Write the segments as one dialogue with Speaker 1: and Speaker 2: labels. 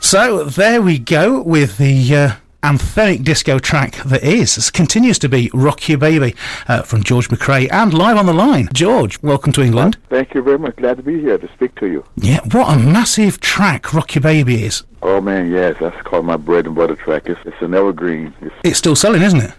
Speaker 1: So there we go with the uh, anthemic disco track that is. This continues to be Rock Your Baby uh, from George McRae and live on the line. George, welcome to England.
Speaker 2: Thank you very much. Glad to be here to speak to you.
Speaker 1: Yeah, what a massive track Rock Your Baby is.
Speaker 2: Oh man, yes, that's called my bread and butter track. It's, it's an evergreen. It's
Speaker 1: It's still selling, isn't it?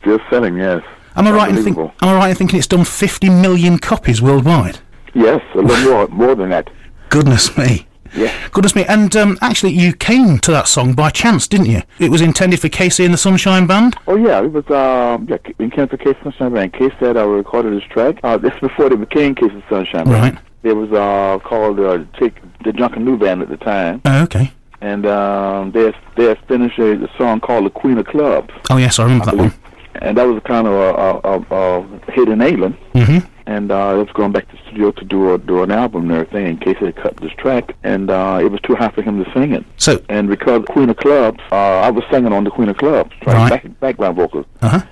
Speaker 2: still selling. Yes.
Speaker 1: Am I, right in think- am
Speaker 2: Unbelievable.
Speaker 1: I right in thinking it's done 50 million copies worldwide?
Speaker 2: Yes, a little more, more than that.
Speaker 1: Goodness me.
Speaker 2: Yes.
Speaker 1: Goodness me. And um, actually, you came to that song by chance, didn't you? It was intended for Casey and the Sunshine Band?
Speaker 2: Oh yeah, it was um yeah in Kansas Case Sunshine Band. Case said I recorded this track. Uh, this is before they became Case of Sunshine Band.
Speaker 1: Right.
Speaker 2: It was uh called uh, Take the Drunken New Band at the time,
Speaker 1: Oh, okay.
Speaker 2: and um they had- they had finished a, a song called The Queen of Clubs,
Speaker 1: Oh, yes, I remember that one.
Speaker 2: and that was kind of a, a, a, a hit in England.
Speaker 1: Mm-hmm.
Speaker 2: and uh, I was going back to the studio to do a, do an album and everything. In case they cut this track, and uh, it was too high for him to sing it.
Speaker 1: So,
Speaker 2: And because Queen of Clubs, uh, I was singing on the Queen of Clubs,
Speaker 1: Right.
Speaker 2: right? Back, background vocals.
Speaker 1: uh-huh.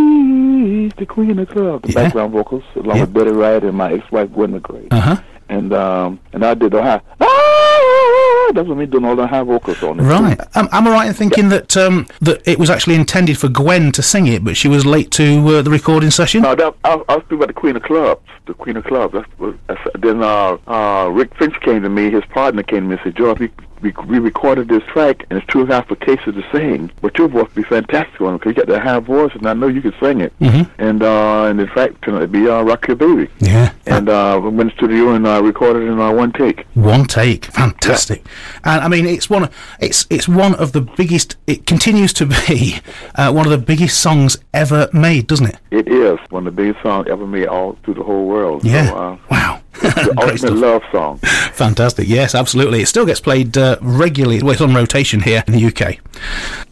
Speaker 2: She's the Queen of Clubs, the
Speaker 1: Yeah.
Speaker 2: background vocals, along
Speaker 1: Yeah.
Speaker 2: with Betty Wright and my ex-wife Gwen McGray.
Speaker 1: Uh-huh.
Speaker 2: And um, and I did the high. Ah, that's what me doing all the high vocals on it.
Speaker 1: Right. Um, am I right in thinking that um, that it was actually intended for Gwen to sing it, but she was late to uh, the recording session?
Speaker 2: No, that, I, I was speaking about the Queen of Clubs. The Queen of Clubs. That's, what- that's, then uh, uh, Rick Finch came to me. His partner came to me and said, George, we, we, we recorded this track, and it's too high for Casey to sing, but your voice would be fantastic on it because you got that high voice, and I know you can sing it.
Speaker 1: Mhm.
Speaker 2: And uh, and in fact, it'd be uh, Rock Your Baby.
Speaker 1: Yeah.
Speaker 2: And uh, we went to the studio and uh, recorded it in uh, one take.
Speaker 1: One take, fantastic, and I mean it's one. of- It's it's one of the biggest. It continues to be uh, one of the biggest songs ever made, doesn't it?
Speaker 2: It is one of the biggest songs ever made all through the whole world.
Speaker 1: Yeah.
Speaker 2: So, uh,
Speaker 1: wow.
Speaker 2: the
Speaker 1: Great
Speaker 2: ultimate
Speaker 1: stuff.
Speaker 2: love song.
Speaker 1: Fantastic. Yes, absolutely. It still gets played uh, regularly. Well, it's on rotation here in the UK.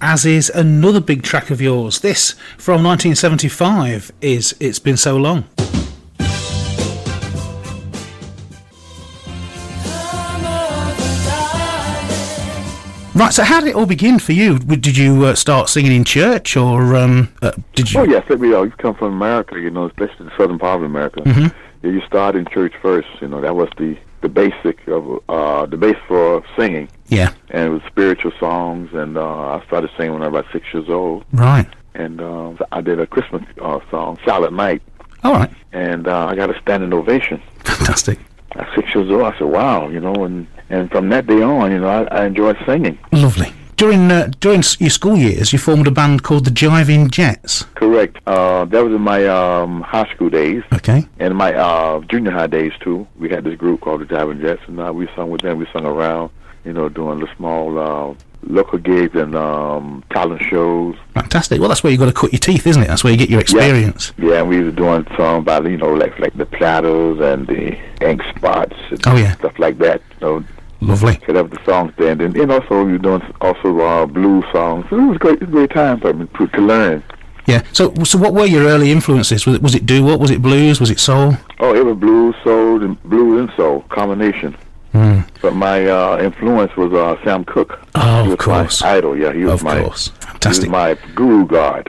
Speaker 1: As is another big track of yours. This from 1975 is It's Been So Long. Right, so how did it all begin for you? W- Did you uh, start singing in church, or um, uh, did you?
Speaker 2: Oh yes, we all. You come from America, you know, especially the southern part of America. Yeah, you start in church first. You know, that was the the basic of uh, the base for singing,
Speaker 1: Yeah,
Speaker 2: and it was spiritual songs. And uh, I started singing when I was about six years old,
Speaker 1: right.
Speaker 2: and um, I did a Christmas uh, song, "Silent Night,"
Speaker 1: All right,
Speaker 2: and uh, I got a standing ovation.
Speaker 1: fantastic,
Speaker 2: At six years old, I said, "Wow," you know, and and from that day on, you know, I, I enjoyed singing.
Speaker 1: lovely. During uh, during s- your school years, you formed a band called the Jiving Jets.
Speaker 2: Correct. Uh, that was in my um, high school days.
Speaker 1: Okay.
Speaker 2: And my uh, junior high days too, we had this group called the Diving Jets, and uh, we sung with them. We sung around, you know, doing the small uh, local gigs and um, talent shows.
Speaker 1: Fantastic. Well, that's where you've got to cut your teeth, isn't it? That's where you get your experience.
Speaker 2: Yeah, and we were doing songs by you know like like the Platters and the Ink Spots and
Speaker 1: Oh, yeah.
Speaker 2: stuff like that. You know,
Speaker 1: Lovely.
Speaker 2: could have the songs there, and, then, and also we were doing also uh, blues songs. So it was a great, great time for me to, to learn.
Speaker 1: Yeah. So, so what were your early influences? Was it was it doo wop? Was it blues? Was it soul?
Speaker 2: Oh, it was blues, soul, and blues and soul combination. But my uh, influence was uh, Sam Cooke.
Speaker 1: Hmm. Oh,
Speaker 2: he was
Speaker 1: of course.
Speaker 2: My idol, yeah, he was
Speaker 1: Of
Speaker 2: my
Speaker 1: course.
Speaker 2: he was
Speaker 1: Fantastic.
Speaker 2: my guru god.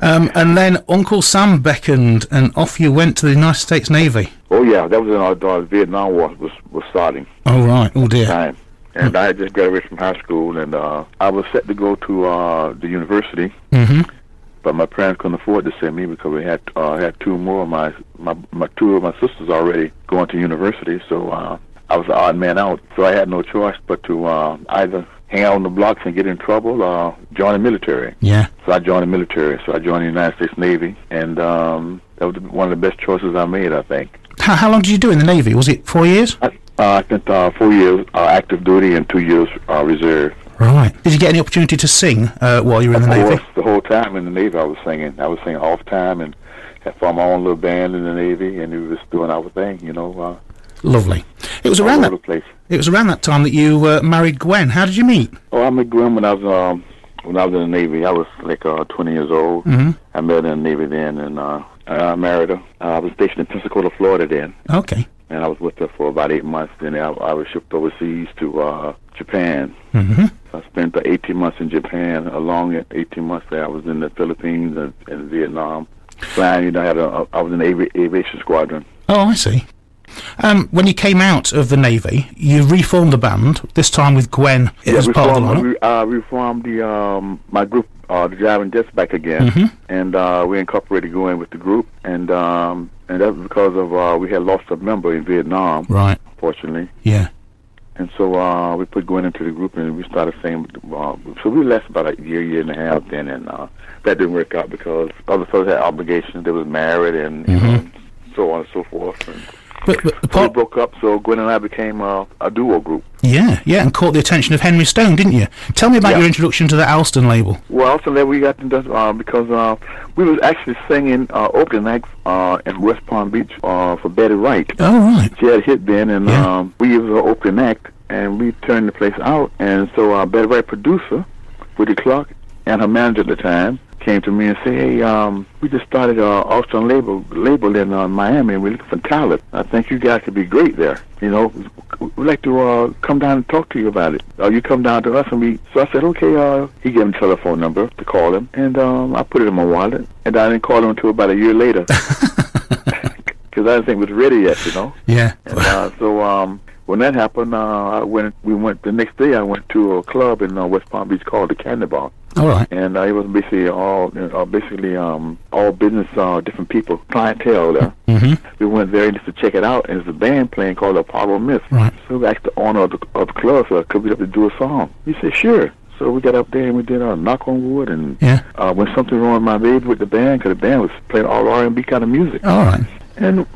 Speaker 1: Um, and then Uncle Sam beckoned, and off you went to the United States Navy.
Speaker 2: oh yeah, that was in our the Vietnam War was was starting
Speaker 1: Oh right. Oh dear.
Speaker 2: time, and
Speaker 1: Hmm.
Speaker 2: I had just graduated from high school, and uh, I was set to go to uh, the university.
Speaker 1: hmm
Speaker 2: But my parents couldn't afford to send me because we had uh, had two more of my, my my two of my sisters already going to university, so uh, I was the odd man out. So I had no choice but to uh, either hang out on the blocks and get in trouble or join the military.
Speaker 1: Yeah.
Speaker 2: So I joined the military. So I joined the United States Navy, and um, that was one of the best choices I made, I think.
Speaker 1: How, how long did you do in the Navy? Was it four years?
Speaker 2: I, uh, I spent uh, four years uh, active duty and two years uh, reserve.
Speaker 1: Right. Did you get any opportunity to sing uh, while you were in the
Speaker 2: Of
Speaker 1: Navy?
Speaker 2: course, the whole time in the Navy, I was singing. I was singing all the time and had formed my own little band in the Navy, and we was doing our thing, you know, uh,
Speaker 1: Lovely. It was
Speaker 2: all
Speaker 1: around that.
Speaker 2: over the place.
Speaker 1: It was around that time that you uh, married Gwen. How did you meet?
Speaker 2: Oh, I met Gwen when I was um, when I was in the Navy. I was like uh, 20 years old. Mm-hmm. I met her in the Navy then, and uh, I married her. I was stationed in Pensacola, Florida then,
Speaker 1: Okay.
Speaker 2: and I was with her for about eight months. Then I, I was shipped overseas to uh, Japan.
Speaker 1: hmm
Speaker 2: I spent uh, 18 months in Japan. Along at 18 months there, I was in the Philippines and, and Vietnam. Flying, you know, I, had a, I was in the avi- aviation squadron.
Speaker 1: Oh, I see. Um, when you came out of the Navy, you reformed the band, this time with Gwen
Speaker 2: Yeah,
Speaker 1: as
Speaker 2: we
Speaker 1: part of the
Speaker 2: formed,
Speaker 1: lineup.
Speaker 2: we, uh, we formed the um, my group, uh, the Driving Jets, back again, and uh, we incorporated going with the group, and um, and that was because of uh, we had lost a member in Vietnam,
Speaker 1: Right,
Speaker 2: fortunately,
Speaker 1: yeah.
Speaker 2: and so uh, we put going into the group, and we started saying, uh, so we lasted about a year, year and a half, then, and uh, that didn't work out because other folks had obligations; they was married, and you know, so on and so forth. And
Speaker 1: But, but the
Speaker 2: so we
Speaker 1: part,
Speaker 2: broke up, so Gwen and I became uh, a duo group.
Speaker 1: yeah, yeah, and caught the attention of Henry Stone, didn't you? Tell me about
Speaker 2: Yeah.
Speaker 1: your introduction to the Alston label.
Speaker 2: Well, so then we got to do- uh, because uh, we was actually singing uh, opening acts uh, in West Palm Beach uh, for Betty Wright.
Speaker 1: Oh, right.
Speaker 2: She had a hit then, and
Speaker 1: Yeah.
Speaker 2: um, we was an opening act, and we turned the place out. And so our Betty Wright producer, Woody Clark, and her manager at the time came to me and said, "Hey, um, we just started our Austin label label in uh, Miami, and we're looking for talent. I think you guys could be great there. You know, we'd like to uh, come down and talk to you about it. Uh, you come down to us, and we." So I said, "Okay." Uh, he gave me a telephone number to call him, and um, I put it in my wallet, and I didn't call him until about a year later. Because I didn't think it was ready yet, you know.
Speaker 1: Yeah.
Speaker 2: And, uh, so um, when that happened, uh, I went. We went the next day. I went to a club in uh, West Palm Beach called the Cannonball,
Speaker 1: All right.
Speaker 2: and uh, it was basically all uh, basically um, all business, uh, different people, clientele there.
Speaker 1: Mm-hmm.
Speaker 2: We went there just to check it out, and it's a band playing called Apollo Myth.
Speaker 1: Right.
Speaker 2: So we asked the owner of the, of the club, so could we up to do a song? He said, sure. So we got up there and we did a knock on wood, and
Speaker 1: Yeah.
Speaker 2: uh, when something wrong with my baby with the band, because the band was playing all R and B kind of music,
Speaker 1: All right.
Speaker 2: and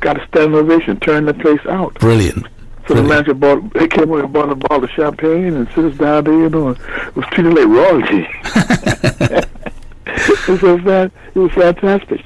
Speaker 2: got a standing ovation, turned the place out.
Speaker 1: Brilliant.
Speaker 2: So the
Speaker 1: Brilliant.
Speaker 2: manager bought, they came over and bought a bottle of champagne and sit us down there, you know, and it was treated like royalty. it, was so fan, it was fantastic.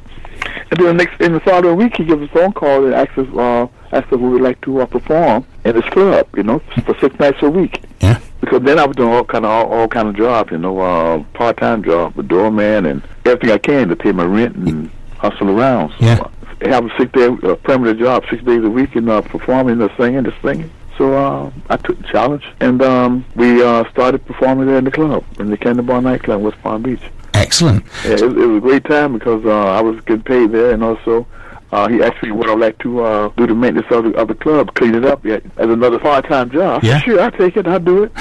Speaker 2: And then the next, in the following week, he gave us a phone call and asked us, uh, asked us if we would like to uh, perform in his club, you know, for six nights a week.
Speaker 1: Yeah.
Speaker 2: Because then I was doing all kind of all, all kind of jobs, you know, uh, part time job, a doorman, and everything I can to pay my rent and hustle around. So
Speaker 1: Yeah.
Speaker 2: I have a six day uh, permanent job, six days a week, and uh, performing and singing, just singing. So uh, I took the challenge, and um, we uh, started performing there in the club, in the Cannonball nightclub in West Palm Beach.
Speaker 1: Excellent.
Speaker 2: Yeah, it, it was a great time because uh, I was getting paid there, and also uh, he asked me would I like to uh, do the maintenance of the, of the club, clean it up, yeah, as another part time job. I said,
Speaker 1: Yeah.
Speaker 2: Sure, I'll take it, I'll do it.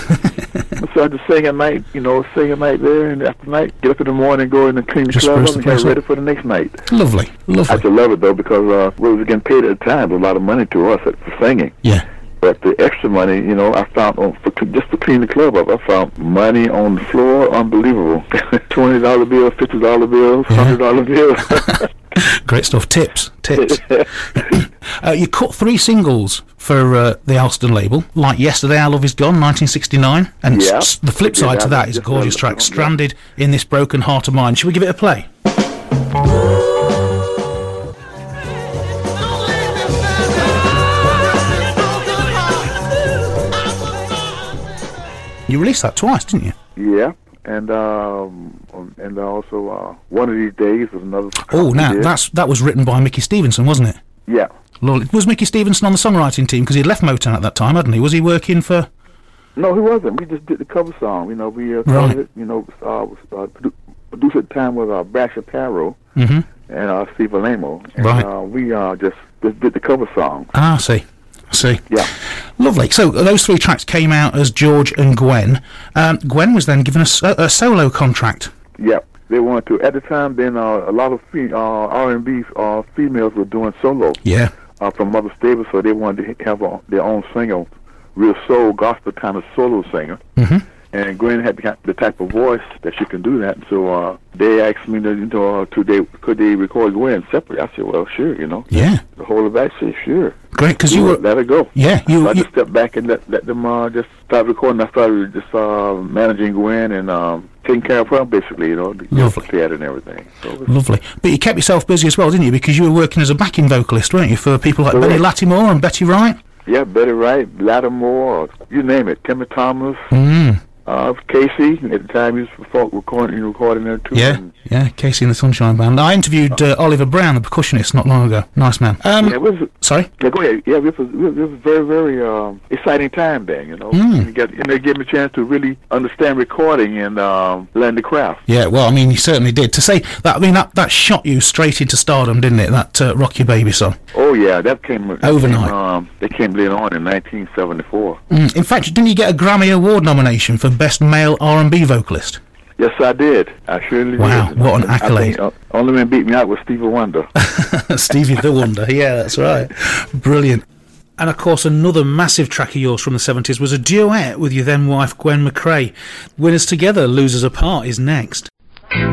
Speaker 2: so I just sing at night, you know, sing at night there, and after night, get up in the morning, go in and clean the
Speaker 1: Just
Speaker 2: club
Speaker 1: spruce
Speaker 2: up,
Speaker 1: the
Speaker 2: and get
Speaker 1: place up.
Speaker 2: ready for the next night.
Speaker 1: Lovely.
Speaker 2: I
Speaker 1: Lovely.
Speaker 2: just love it though because uh, we was getting paid at the time, a lot of money to us for singing.
Speaker 1: Yeah.
Speaker 2: But the extra money, you know, I found on for just to clean the club up. I found money on the floor, unbelievable. Twenty dollar bills, fifty dollar bills,
Speaker 1: Yeah.
Speaker 2: hundred dollar bills.
Speaker 1: Great stuff. Tips. Tips. uh, you cut three singles for uh, the Alston label, like Yesterday Our Love Is Gone, 1969. And s-
Speaker 2: Yeah.
Speaker 1: s- the flip
Speaker 2: Yeah,
Speaker 1: side to
Speaker 2: that
Speaker 1: that
Speaker 2: was
Speaker 1: is a
Speaker 2: just
Speaker 1: gorgeous
Speaker 2: another
Speaker 1: track,
Speaker 2: song, yeah.
Speaker 1: Stranded in This Broken Heart of Mine. Should we give it a play?
Speaker 3: Don't leave me standing. Broken heart. I'm
Speaker 1: You released that twice, didn't you?
Speaker 2: yeah, and um, and also uh, one of these days was another.
Speaker 1: Oh, now
Speaker 2: Yeah.
Speaker 1: that's that was written by Mickey Stevenson, wasn't it?
Speaker 2: yeah.
Speaker 1: Lovely. Was Mickey Stevenson on the songwriting team? Because he'd left Motown at that time, hadn't he? Was he working for?
Speaker 2: No, he wasn't. We just did the cover song. You know, we uh,
Speaker 1: Right.
Speaker 2: covered it. You know, uh, was, uh, produ- produced at the time was uh, Brash Apparel
Speaker 1: Mhm.
Speaker 2: and uh, Steve Alamo. And,
Speaker 1: Right.
Speaker 2: Uh, we uh, just just did the cover song.
Speaker 1: Ah, I see, I see.
Speaker 2: Yeah.
Speaker 1: Lovely. So those three tracks came out as George and Gwen. Um, Gwen was then given a, so- a solo contract.
Speaker 2: Yep, they wanted to. At the time, then uh, a lot of fe- uh, R and B uh, females were doing solo
Speaker 1: Yeah.
Speaker 2: uh, from Mother Stable, so they wanted to have a, their own singer, real soul gospel kind of solo singer.
Speaker 1: Mhm.
Speaker 2: And Gwen had the ki- the type of voice that she can do that. So uh, they asked me, to, you know, uh, to they could they record Gwen separate? I said, well, sure, you know.
Speaker 1: Yeah.
Speaker 2: The whole of that, I said, sure.
Speaker 1: Great, because you
Speaker 2: Do
Speaker 1: were.
Speaker 2: it, let it go.
Speaker 1: Yeah, you-
Speaker 2: So I just
Speaker 1: you-
Speaker 2: stepped back and let, let them uh, just start recording. I started just uh, managing Gwen and um, taking care of her, basically, you know, the
Speaker 1: Lovely.
Speaker 2: theater and everything. So it was-
Speaker 1: Lovely, but you kept yourself busy as well, didn't you? Because you were working as a backing vocalist, weren't you, for people like
Speaker 2: Correct.
Speaker 1: Benny Latimore and Betty Wright?
Speaker 2: yeah, Betty Wright, Lattimore, you name it, Timmy Thomas,
Speaker 1: Mm.
Speaker 2: Uh, Casey, at the time he was perform- recording, recording there too.
Speaker 1: Yeah,
Speaker 2: and-
Speaker 1: yeah, Casey and the Sunshine Band. I interviewed uh, Oliver Brown, the percussionist, not long ago. Nice man. Um,
Speaker 2: yeah, it was
Speaker 1: sorry.
Speaker 2: Yeah, go ahead. Yeah, it was, it was a very, very um, exciting time then, you know.
Speaker 1: Mm.
Speaker 2: And, you got, and they gave me a chance to really understand recording and um, learn the craft.
Speaker 1: Yeah, well, I mean, he certainly did. To say that, I mean, that, that shot you straight into stardom, didn't it? That uh, Rock Your Baby song.
Speaker 2: Oh, yeah, that came that
Speaker 1: Overnight.
Speaker 2: Came, um, they came later on in 1974.
Speaker 1: Mm. In fact, didn't you get a Grammy Award nomination for Best Male R&B Vocalist?
Speaker 2: Yes, I did. I surely
Speaker 1: Wow,
Speaker 2: did.
Speaker 1: what an
Speaker 2: I think,
Speaker 1: accolade.
Speaker 2: uh, only man beat me out was Stevie Wonder.
Speaker 1: Stevie the Wonder. Yeah, that's right. Brilliant. And of course, another massive track of yours from the 70s was a duet with your then wife, Gwen McCrae. Winners Together, Losers Apart is next.
Speaker 4: Don't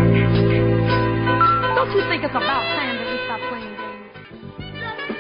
Speaker 4: you think it's about time that we stop playing games?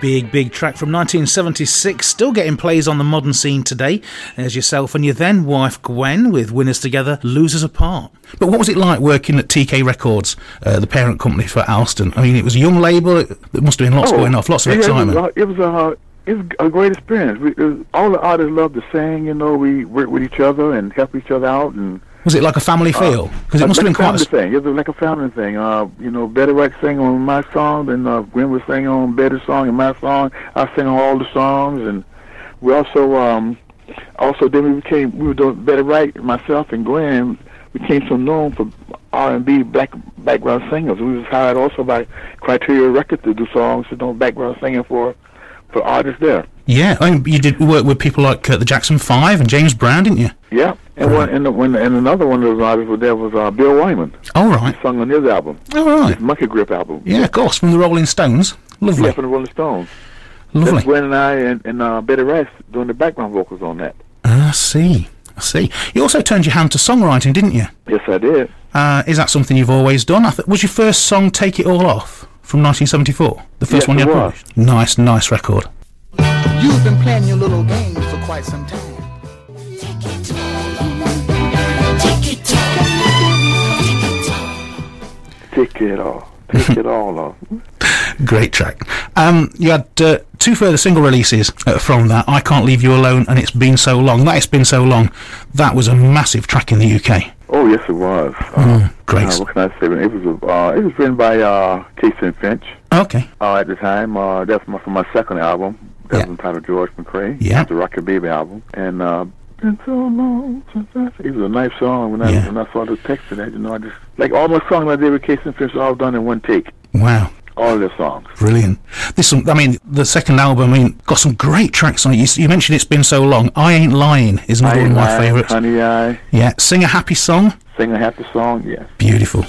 Speaker 1: Big, big track from 1976, still getting plays on the modern scene today. There's yourself and your then wife, Gwen, with Winners Together, Losers Apart. But what was it like working at TK Records, uh, the parent company for Alston? I mean, it was a young label, it, there must have been lots going off, lots of
Speaker 2: Oh, yeah,
Speaker 1: excitement.
Speaker 2: It was, a, it was a it was a great experience. We, it was, all the artists loved to sing. You know, we worked with each other and helped each other out and
Speaker 1: Was it like a family feel? Because it
Speaker 2: Like-
Speaker 1: must have been
Speaker 2: like
Speaker 1: quite a
Speaker 2: a Uh, family thing. It was like a family thing. Uh, you know, Betty White sang on my song, and uh, Gwen was singing on Betty's song and my song. I sang on all the songs, and we also um, also then we became we were doing Betty Wright, myself, and Gwen became so known for R and B black background singers. We was hired also by Criteria Records to do songs, to do background singing for for artists there.
Speaker 1: Yeah, I mean, you did work with people like uh, the Jackson Five and James Brown, didn't you?
Speaker 2: Yeah, and one and, the, when, and another one of those artists was there was uh, Bill Wyman,
Speaker 1: All right,
Speaker 2: sung on his album,
Speaker 1: all right.
Speaker 2: Monkey Grip album.
Speaker 1: Yeah, of course, from the Rolling Stones. Lovely,
Speaker 2: Yeah, from the Rolling Stones. That's
Speaker 1: lovely.
Speaker 2: Gwen and I and, and uh, Betty Rice doing the background vocals on that.
Speaker 1: Ah, I see, I see. You also turned your hand to songwriting, didn't you?
Speaker 2: Yes, I did.
Speaker 1: Uh, is that something you've always done? I th- was your first song "Take It All Off" from 1974, the first
Speaker 2: Yes,
Speaker 1: one you
Speaker 2: it
Speaker 1: had
Speaker 2: was.
Speaker 1: published? Nice, nice record.
Speaker 5: You've been playing your little game for quite some time.
Speaker 2: Take it all. Take it all off.
Speaker 1: Great track. Um, you had uh, two further single releases uh, from that. I can't leave you alone, and it's been so long. That it's been so long. That was a massive track in the UK.
Speaker 2: Oh, yes, it was. Uh,
Speaker 1: Great.
Speaker 2: uh, what can I say? It was, uh, it was written by uh, Casey and Finch
Speaker 1: Okay.
Speaker 2: uh, at the time. Uh, that's my, from my second album. That
Speaker 1: Yeah.
Speaker 2: was entitled George McRae.
Speaker 1: Yeah.
Speaker 2: The Rocket Baby album. And uh, been so long since I... It was a nice song. When I,
Speaker 1: Yeah.
Speaker 2: when I saw the text of that, you know, I just... Like, all my songs I did with Casey and Finch are all done in one take.
Speaker 1: Wow.
Speaker 2: All their songs.
Speaker 1: Brilliant. This, one- I mean, the second album, I mean, got some great tracks on it. You, s- you mentioned it's been so long. I ain't lying is another one of my
Speaker 2: Eye,
Speaker 1: favourites.
Speaker 2: Honey, I
Speaker 1: Yeah, sing a happy song.
Speaker 2: sing a happy song. Yes.
Speaker 1: Beautiful.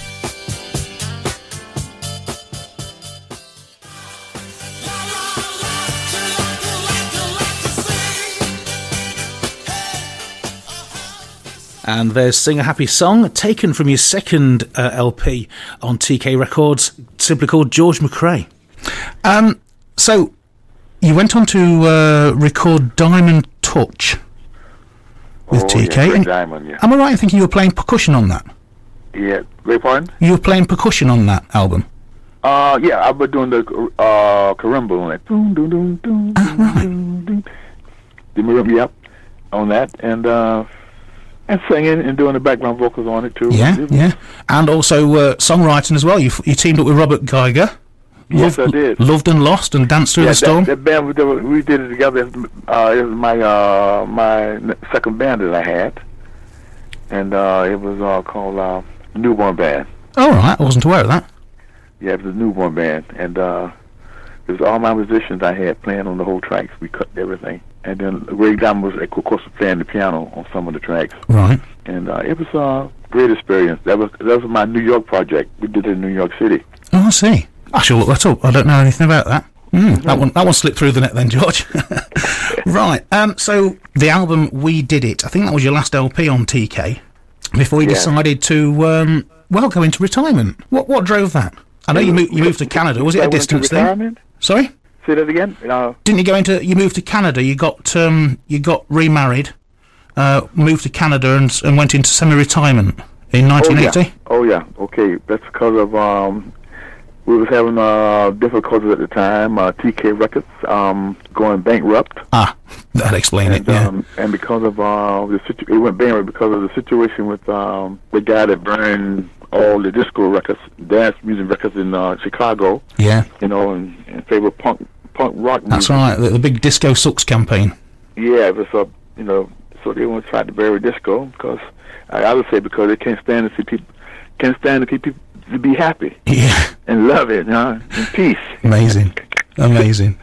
Speaker 1: And there's Sing a Happy Song, taken from your second uh, LP on TK Records, simply called George McRae. Um, so you went on to uh, record Diamond Touch with
Speaker 2: Oh,
Speaker 1: TK.
Speaker 2: Yeah, Greg
Speaker 1: and-
Speaker 2: Diamond, yeah.
Speaker 1: Am I right in thinking you were playing percussion on that?
Speaker 2: yeah. Wait, pardon?
Speaker 1: You were playing percussion on that album.
Speaker 2: Uh, yeah, I've been doing the uh, karimba on it. Doom, doom, doom, doom, doom, doom, doom. The marimba, yep, on that. And, uh, and singing and doing the background vocals on it, too.
Speaker 1: Yeah,
Speaker 2: It was-
Speaker 1: yeah, and also uh, songwriting as well. You f- you teamed up with Robert Geiger.
Speaker 2: Yes, I did.
Speaker 1: Loved and lost and danced through
Speaker 2: Yeah,
Speaker 1: the storm.
Speaker 2: that, that band we did, we did it together. Uh, it was my uh, my n- second band that I had, and uh, it was uh, called uh, Newborn Band.
Speaker 1: All right, I wasn't aware of that.
Speaker 2: Yeah, it was a newborn band, and uh, it was all my musicians I had playing on the whole tracks. We cut everything, and then Greg Diamond was, of course, playing the piano on some of the tracks.
Speaker 1: Right.
Speaker 2: And uh, it was a great experience. That was that was my New York project. We did it in New York City.
Speaker 1: Oh, I see. I shall look that up. I don't know anything about that. Mm, That one, that one slipped through the net then, George. right. Um. So the album "We Did It," I think that was your last LP on TK, before you
Speaker 2: Yeah.
Speaker 1: decided to um, well go into retirement. What what drove that? I know you moved you moved to Canada. Was it a
Speaker 2: I went into
Speaker 1: distance thing?
Speaker 2: retirement.
Speaker 1: Sorry.
Speaker 2: Say that again. Uh,
Speaker 1: didn't you go into you moved to Canada? You got um, you got remarried, uh, moved to Canada and and went into semi-retirement. in
Speaker 2: Oh yeah.
Speaker 1: 1980.
Speaker 2: Oh yeah. Okay. That's because of um, we was having uh difficulties at the time. Uh, TK Records um going bankrupt,
Speaker 1: Ah, that explained it.
Speaker 2: and
Speaker 1: Yeah.
Speaker 2: um and because of uh the situ- it went bankrupt because of the situation with um the guy that burned all the disco records, dance music records in uh, Chicago,
Speaker 1: yeah.
Speaker 2: you know, in, in favor of punk punk rock.
Speaker 1: That's
Speaker 2: music.
Speaker 1: right. The, the big disco sucks campaign.
Speaker 2: Yeah, it was uh, you know, so they want to try to bury disco because I, I would say because they can't stand to see people can't stand to see people to be happy.
Speaker 1: Yeah.
Speaker 2: and love it, huh? In peace.
Speaker 1: Amazing. Amazing.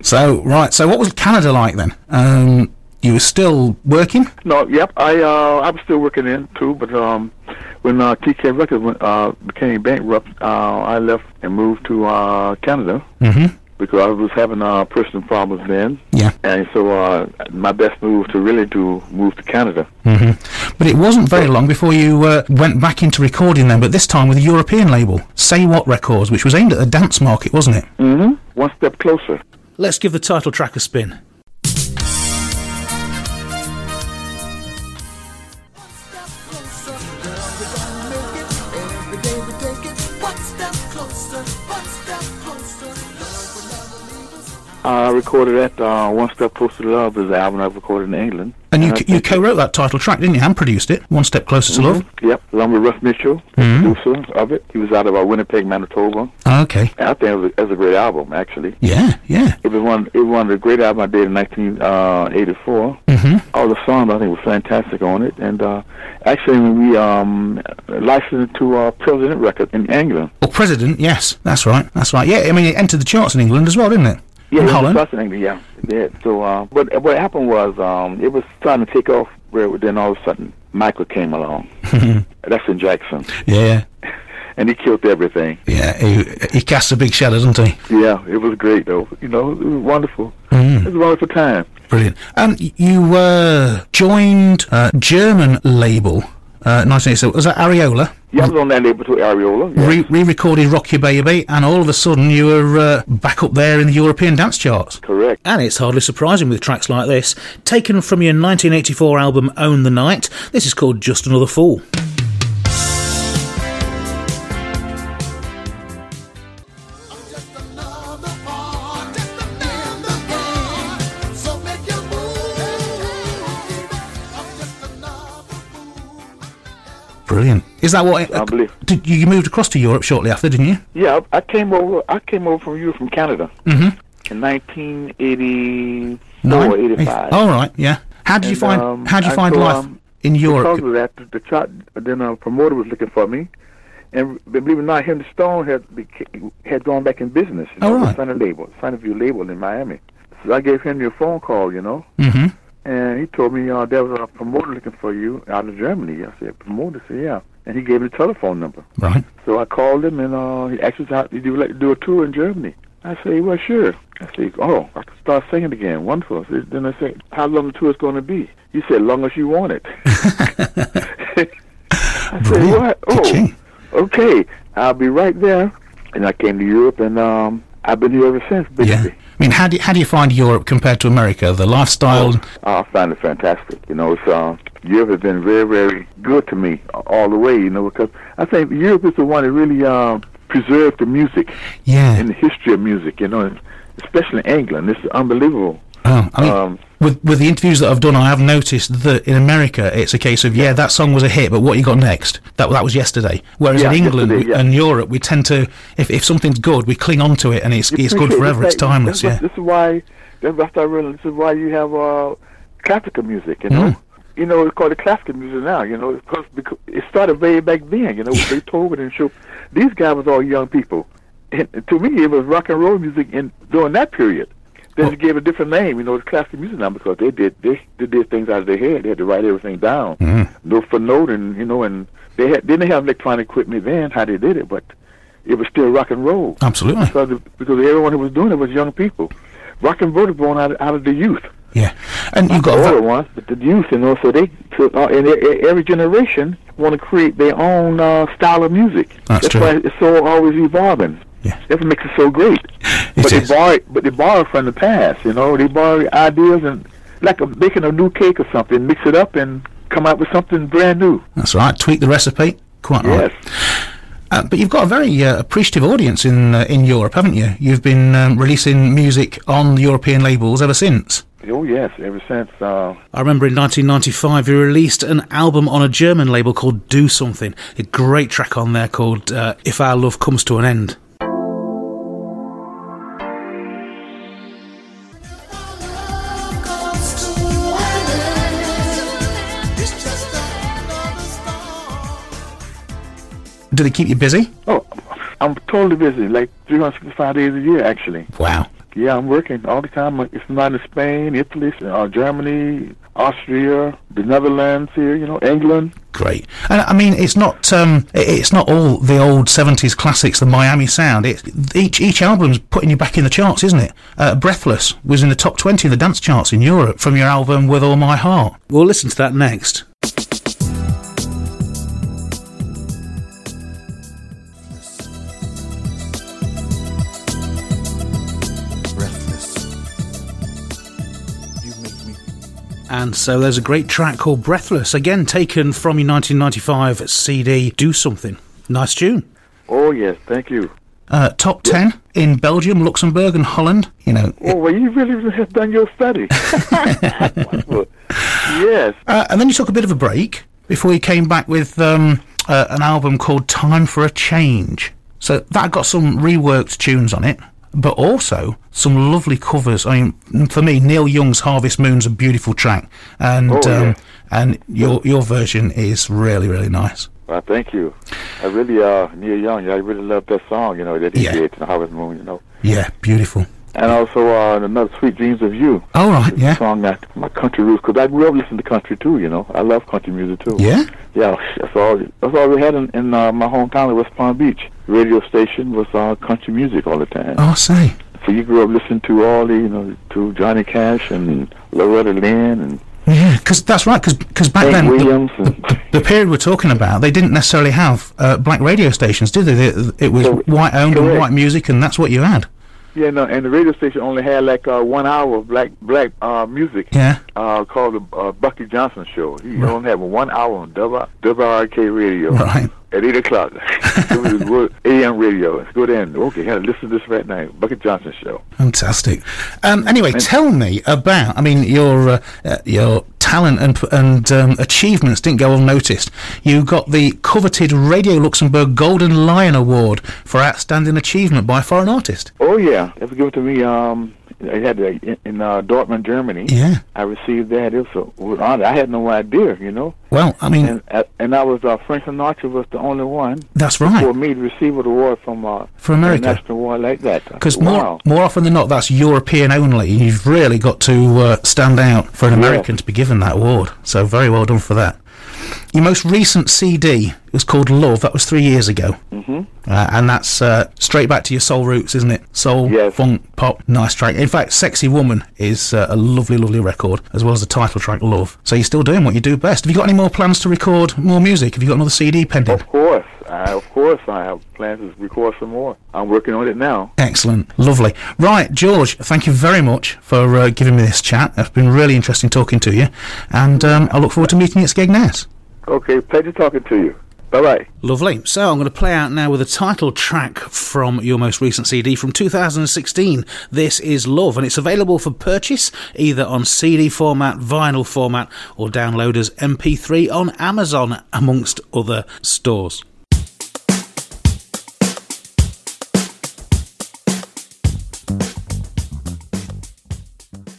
Speaker 1: So, right. So, what was Canada like then? Um, you were still working?
Speaker 2: No, yep. I uh, I was still working in too, but um, when uh, TK Records went, uh, became bankrupt, uh, I left and moved to uh, Canada
Speaker 1: Mm hmm.
Speaker 2: because I was having uh, personal problems then,
Speaker 1: Yeah.
Speaker 2: and so uh, my best move to really to move to Canada.
Speaker 1: But it wasn't very long before you uh, went back into recording then, but this time with a European label, Say What Records, which was aimed at the dance market, wasn't it?
Speaker 2: One step closer.
Speaker 1: Let's give the title track a spin.
Speaker 2: I recorded that uh, One Step Closer to Love is the album I recorded in England.
Speaker 1: And you,
Speaker 2: I
Speaker 1: c- you
Speaker 2: think- Mm-hmm.
Speaker 1: co-wrote that title track, didn't you? And produced it, Mm-hmm. One Step Closer to Love.
Speaker 2: Yep, along with Russ Mitchell, producer of it. He was out of uh, Winnipeg, Manitoba.
Speaker 1: Ah, Okay.
Speaker 2: And I think it was, it was a great album, actually.
Speaker 1: Yeah, yeah.
Speaker 2: It was one. It was one of the great albums I did in 1984. Mm-hmm. All the songs I think were fantastic on it, and uh, actually when we um, licensed it to uh, President Records in England.
Speaker 1: Or President, yes. That's right, that's right. Yeah, I mean, it entered the charts in England as well, didn't it?
Speaker 2: Yeah, it
Speaker 1: in
Speaker 2: was
Speaker 1: Holland.
Speaker 2: us in England. Yeah, it did. So, uh, but what happened was um, it was starting to take off. Where then all of a sudden Michael came along. That's in Jackson,
Speaker 1: Yeah,
Speaker 2: and he killed everything.
Speaker 1: yeah. He, he casts a big shadow, doesn't he?
Speaker 2: Yeah, it was great though. You know, it was wonderful.
Speaker 1: Mm.
Speaker 2: It was a wonderful time.
Speaker 1: Brilliant. Um, y- you uh, joined a German label, uh, 1987. Was that Ariola?
Speaker 2: Yeah, I was on that label to Ariola. yeah.
Speaker 1: Re- re-recorded Rock Your Baby, and all of a sudden you were uh, back up there in the European dance charts.
Speaker 2: Correct.
Speaker 1: And it's hardly surprising with tracks like this, taken from your 1984 album Own the Night. This is called Just Another Fool. Brilliant. Is that what?
Speaker 2: I believe.
Speaker 1: Did you you moved across to Europe shortly after, didn't you?
Speaker 2: Yeah, I I came over. I came over from you from Canada mm-hmm. in 1984,
Speaker 1: Nine-
Speaker 2: 85.
Speaker 1: All right. Yeah. How did you
Speaker 2: And,
Speaker 1: find?
Speaker 2: um,
Speaker 1: how did you
Speaker 2: and
Speaker 1: find
Speaker 2: so,
Speaker 1: life
Speaker 2: um,
Speaker 1: in
Speaker 2: Because
Speaker 1: Europe?
Speaker 2: of that, the, the chart, then a promoter was looking for me, and believe it or not, Henry Stone had beca- had gone back in business. You
Speaker 1: All
Speaker 2: know,
Speaker 1: right.
Speaker 2: with Sunny label, Sunny View label in Miami. So I gave Henry a phone call, you know,
Speaker 1: Mm-hmm.
Speaker 2: and he told me uh, there was a promoter looking for you out of Germany. I said, promoter, I said, yeah, and he gave me the telephone number.
Speaker 1: Right.
Speaker 2: So I called him and uh, he asked us, how, "Did you like to do a tour in Germany?" I said, "Well, sure." I said, "Oh, I can start singing again. Wonderful." I said, then I said, "How long the tour is going to be?" He said, "Long as you want it." I said,
Speaker 1: Brilliant.
Speaker 2: "What? Oh,
Speaker 1: Ka-ching.
Speaker 2: okay. I'll be right there." And I came to Europe, and um, I've been here ever since.
Speaker 1: Yeah.
Speaker 2: Basically,
Speaker 1: I mean, how do you, how do you find Europe compared to America? The lifestyle.
Speaker 2: I find it fantastic. You know, it's uh, Europe has been very, very good to me all the way. You know, because I think Europe is the one that really uh, preserved the music.
Speaker 1: yeah.
Speaker 2: in the history of music, you know, and especially in England. It's unbelievable.
Speaker 1: Oh, I mean,
Speaker 2: Um,
Speaker 1: with with the interviews that I've done, I have noticed that in America, it's a case of yeah, that song was a hit, but what you got next? That that was yesterday. Whereas in
Speaker 2: Yeah,
Speaker 1: England
Speaker 2: yesterday, yeah.
Speaker 1: and Europe, we tend to if, if something's good, we cling on to it, and it's it's good
Speaker 2: Appreciate
Speaker 1: forever.
Speaker 2: the
Speaker 1: It's
Speaker 2: fact-
Speaker 1: timeless.
Speaker 2: This,
Speaker 1: Yeah.
Speaker 2: is- this is why. That's what I started realizing. This is why you have uh, classical music. You
Speaker 1: Mm.
Speaker 2: know, you know, it's called the classical music now. You know, because, because it started way back then. You know, with Beethoven and Schumann. These guys was all young people. And to me, it was rock and roll music in during that period. They just gave a different name, you know, it's classical music now because they did they, they did things out of their head. They had to write everything down,
Speaker 1: Mm-hmm.
Speaker 2: no for note, and you know, and they had, didn't have electronic equipment then how they did it, but it was still rock and roll
Speaker 1: Absolutely.
Speaker 2: because because everyone who was doing it was young people. Rock and roll was born out of, out of the youth,
Speaker 1: Yeah. And you've got a
Speaker 2: the
Speaker 1: va-
Speaker 2: older ones, but the youth, you know. So they, so, uh, and e- e- every generation want to create their own uh, style of music.
Speaker 1: That's true.
Speaker 2: why it's so always evolving.
Speaker 1: Yeah.
Speaker 2: That's what makes it so great. but
Speaker 1: is.
Speaker 2: they borrow, but they borrow from the past, you know. They borrow ideas and like a, making a new cake or something, mix it up and come out with something brand new.
Speaker 1: That's right. Tweak the recipe. Quite
Speaker 2: Yes.
Speaker 1: right. Uh, but you've got a very uh, appreciative audience in uh, in Europe, haven't you? You've been um, releasing music on the European labels ever since.
Speaker 2: Oh, yes. Ever since. Uh,
Speaker 1: I remember in 1995 you released an album on a German label called Do Something. A great track on there called uh, If Our Love Comes to an End.
Speaker 6: It's just another storm.
Speaker 1: Do they keep you busy?
Speaker 2: oh, I'm totally busy, like 365 days a year, actually.
Speaker 1: Wow.
Speaker 2: Yeah, I'm working all the time. If not in Spain, Italy, uh, Germany, Austria, the Netherlands here, you know, England.
Speaker 1: Great. And I mean, it's not um, i- it's not all the old 70s classics, the Miami sound. It, each each album's putting you back in the charts, isn't it? Uh, Breathless was in the top 20 in the dance charts in Europe from your album With All My Heart. We'll listen to that next.
Speaker 5: Breathless. You make me
Speaker 1: And so there's a great track called Breathless, again taken from your 1995 CD Do Something. Nice tune.
Speaker 2: Oh, yes. Thank you.
Speaker 1: Uh, top 10 in Belgium, Luxembourg, and Holland. You know,
Speaker 2: Oh, well, you really have done your study. yes.
Speaker 1: Uh, and then you took a bit of a break before you came back with um, uh, an album called Time for a Change. So that got some reworked tunes on it, but also some lovely covers. I mean, for me, Neil Young's Harvest Moon's a beautiful track, and
Speaker 2: Oh, yeah.
Speaker 1: um, and your your version is really really nice.
Speaker 2: Well, thank you. I really, uh, Neil Young, I really love that song, you know, that he
Speaker 1: Yeah.
Speaker 2: did, The Harvest Moon, you know.
Speaker 1: Yeah, beautiful.
Speaker 2: And also, uh, another Sweet Dreams of You.
Speaker 1: All right, yeah,
Speaker 2: Song that my country roots, because I grew up listening to country too, you know. I love country music too.
Speaker 1: yeah.
Speaker 2: Yeah, that's all. That's all we had in, in uh, my hometown of West Palm Beach. Radio station was uh, country music all the time.
Speaker 1: Oh, I say,
Speaker 2: So you grew up listening to all the, you know, to Johnny Cash and Loretta Lynn and
Speaker 1: yeah, because that's right. Because back
Speaker 2: Hank
Speaker 1: then, the-
Speaker 2: Williams and
Speaker 1: The period we're talking about, they didn't necessarily have uh, black radio stations, did they? They- It was
Speaker 2: Correct.
Speaker 1: white owned and
Speaker 2: Correct.
Speaker 1: white music, and that's what you had.
Speaker 2: yeah, no, and the radio station only had like uh, one hour of black black uh, music.
Speaker 1: Yeah.
Speaker 2: Uh, called the uh, Bucky Johnson Show. He only had one hour on WRK radio
Speaker 1: Right.
Speaker 2: at 8 o'clock. it was good AM radio. Let's go then. Okay, gotta listen to this right now. Bucky Johnson Show.
Speaker 1: Fantastic. Um, anyway, tell me about. I mean, your uh, uh, your talent and and um, achievements didn't go unnoticed. You got the coveted Radio Luxembourg Golden Lion Award for outstanding achievement by a foreign artist.
Speaker 2: Oh yeah, it was given to me. Um, I had it in, in uh, Dortmund, Germany.
Speaker 1: Yeah.
Speaker 2: I received that. It was a- it was an honor. I had no idea, you know.
Speaker 1: Well, I mean,
Speaker 2: And uh, and I was uh, Frank Sinatra was the only one
Speaker 1: that's
Speaker 2: for
Speaker 1: right
Speaker 2: me to receive an award from uh,
Speaker 1: for America.
Speaker 2: national award like that.
Speaker 1: Because
Speaker 2: wow.
Speaker 1: more more often than not, that's European only. You've really got to uh, stand out for an American to be given that award. So very well done for that. Your most recent CD was called Love. That was three years ago, mm-hmm. uh, and that's uh, straight back to your soul roots, isn't it? Soul,
Speaker 2: Yes.
Speaker 1: funk, pop. Nice track. In fact, "Sexy Woman" is uh, a lovely, lovely record, as well as the title track "Love." So you're still doing what you do best. Have you got any more plans to record more music? Have you got another CD pending?
Speaker 2: Of course, I, of course, I have plans to record some more. I'm working on it now.
Speaker 1: Excellent, lovely. Right, George, thank you very much for uh, giving me this chat. It's been really interesting talking to you, and um, I look forward to meeting you at Skegness.
Speaker 2: Okay, pleasure talking to you. Bye bye.
Speaker 1: Lovely. So I'm going to play out now with a title track from your most recent CD from 2016. This is Love, and it's available for purchase either on CD format, vinyl format, or download as MP3 on Amazon, amongst other stores.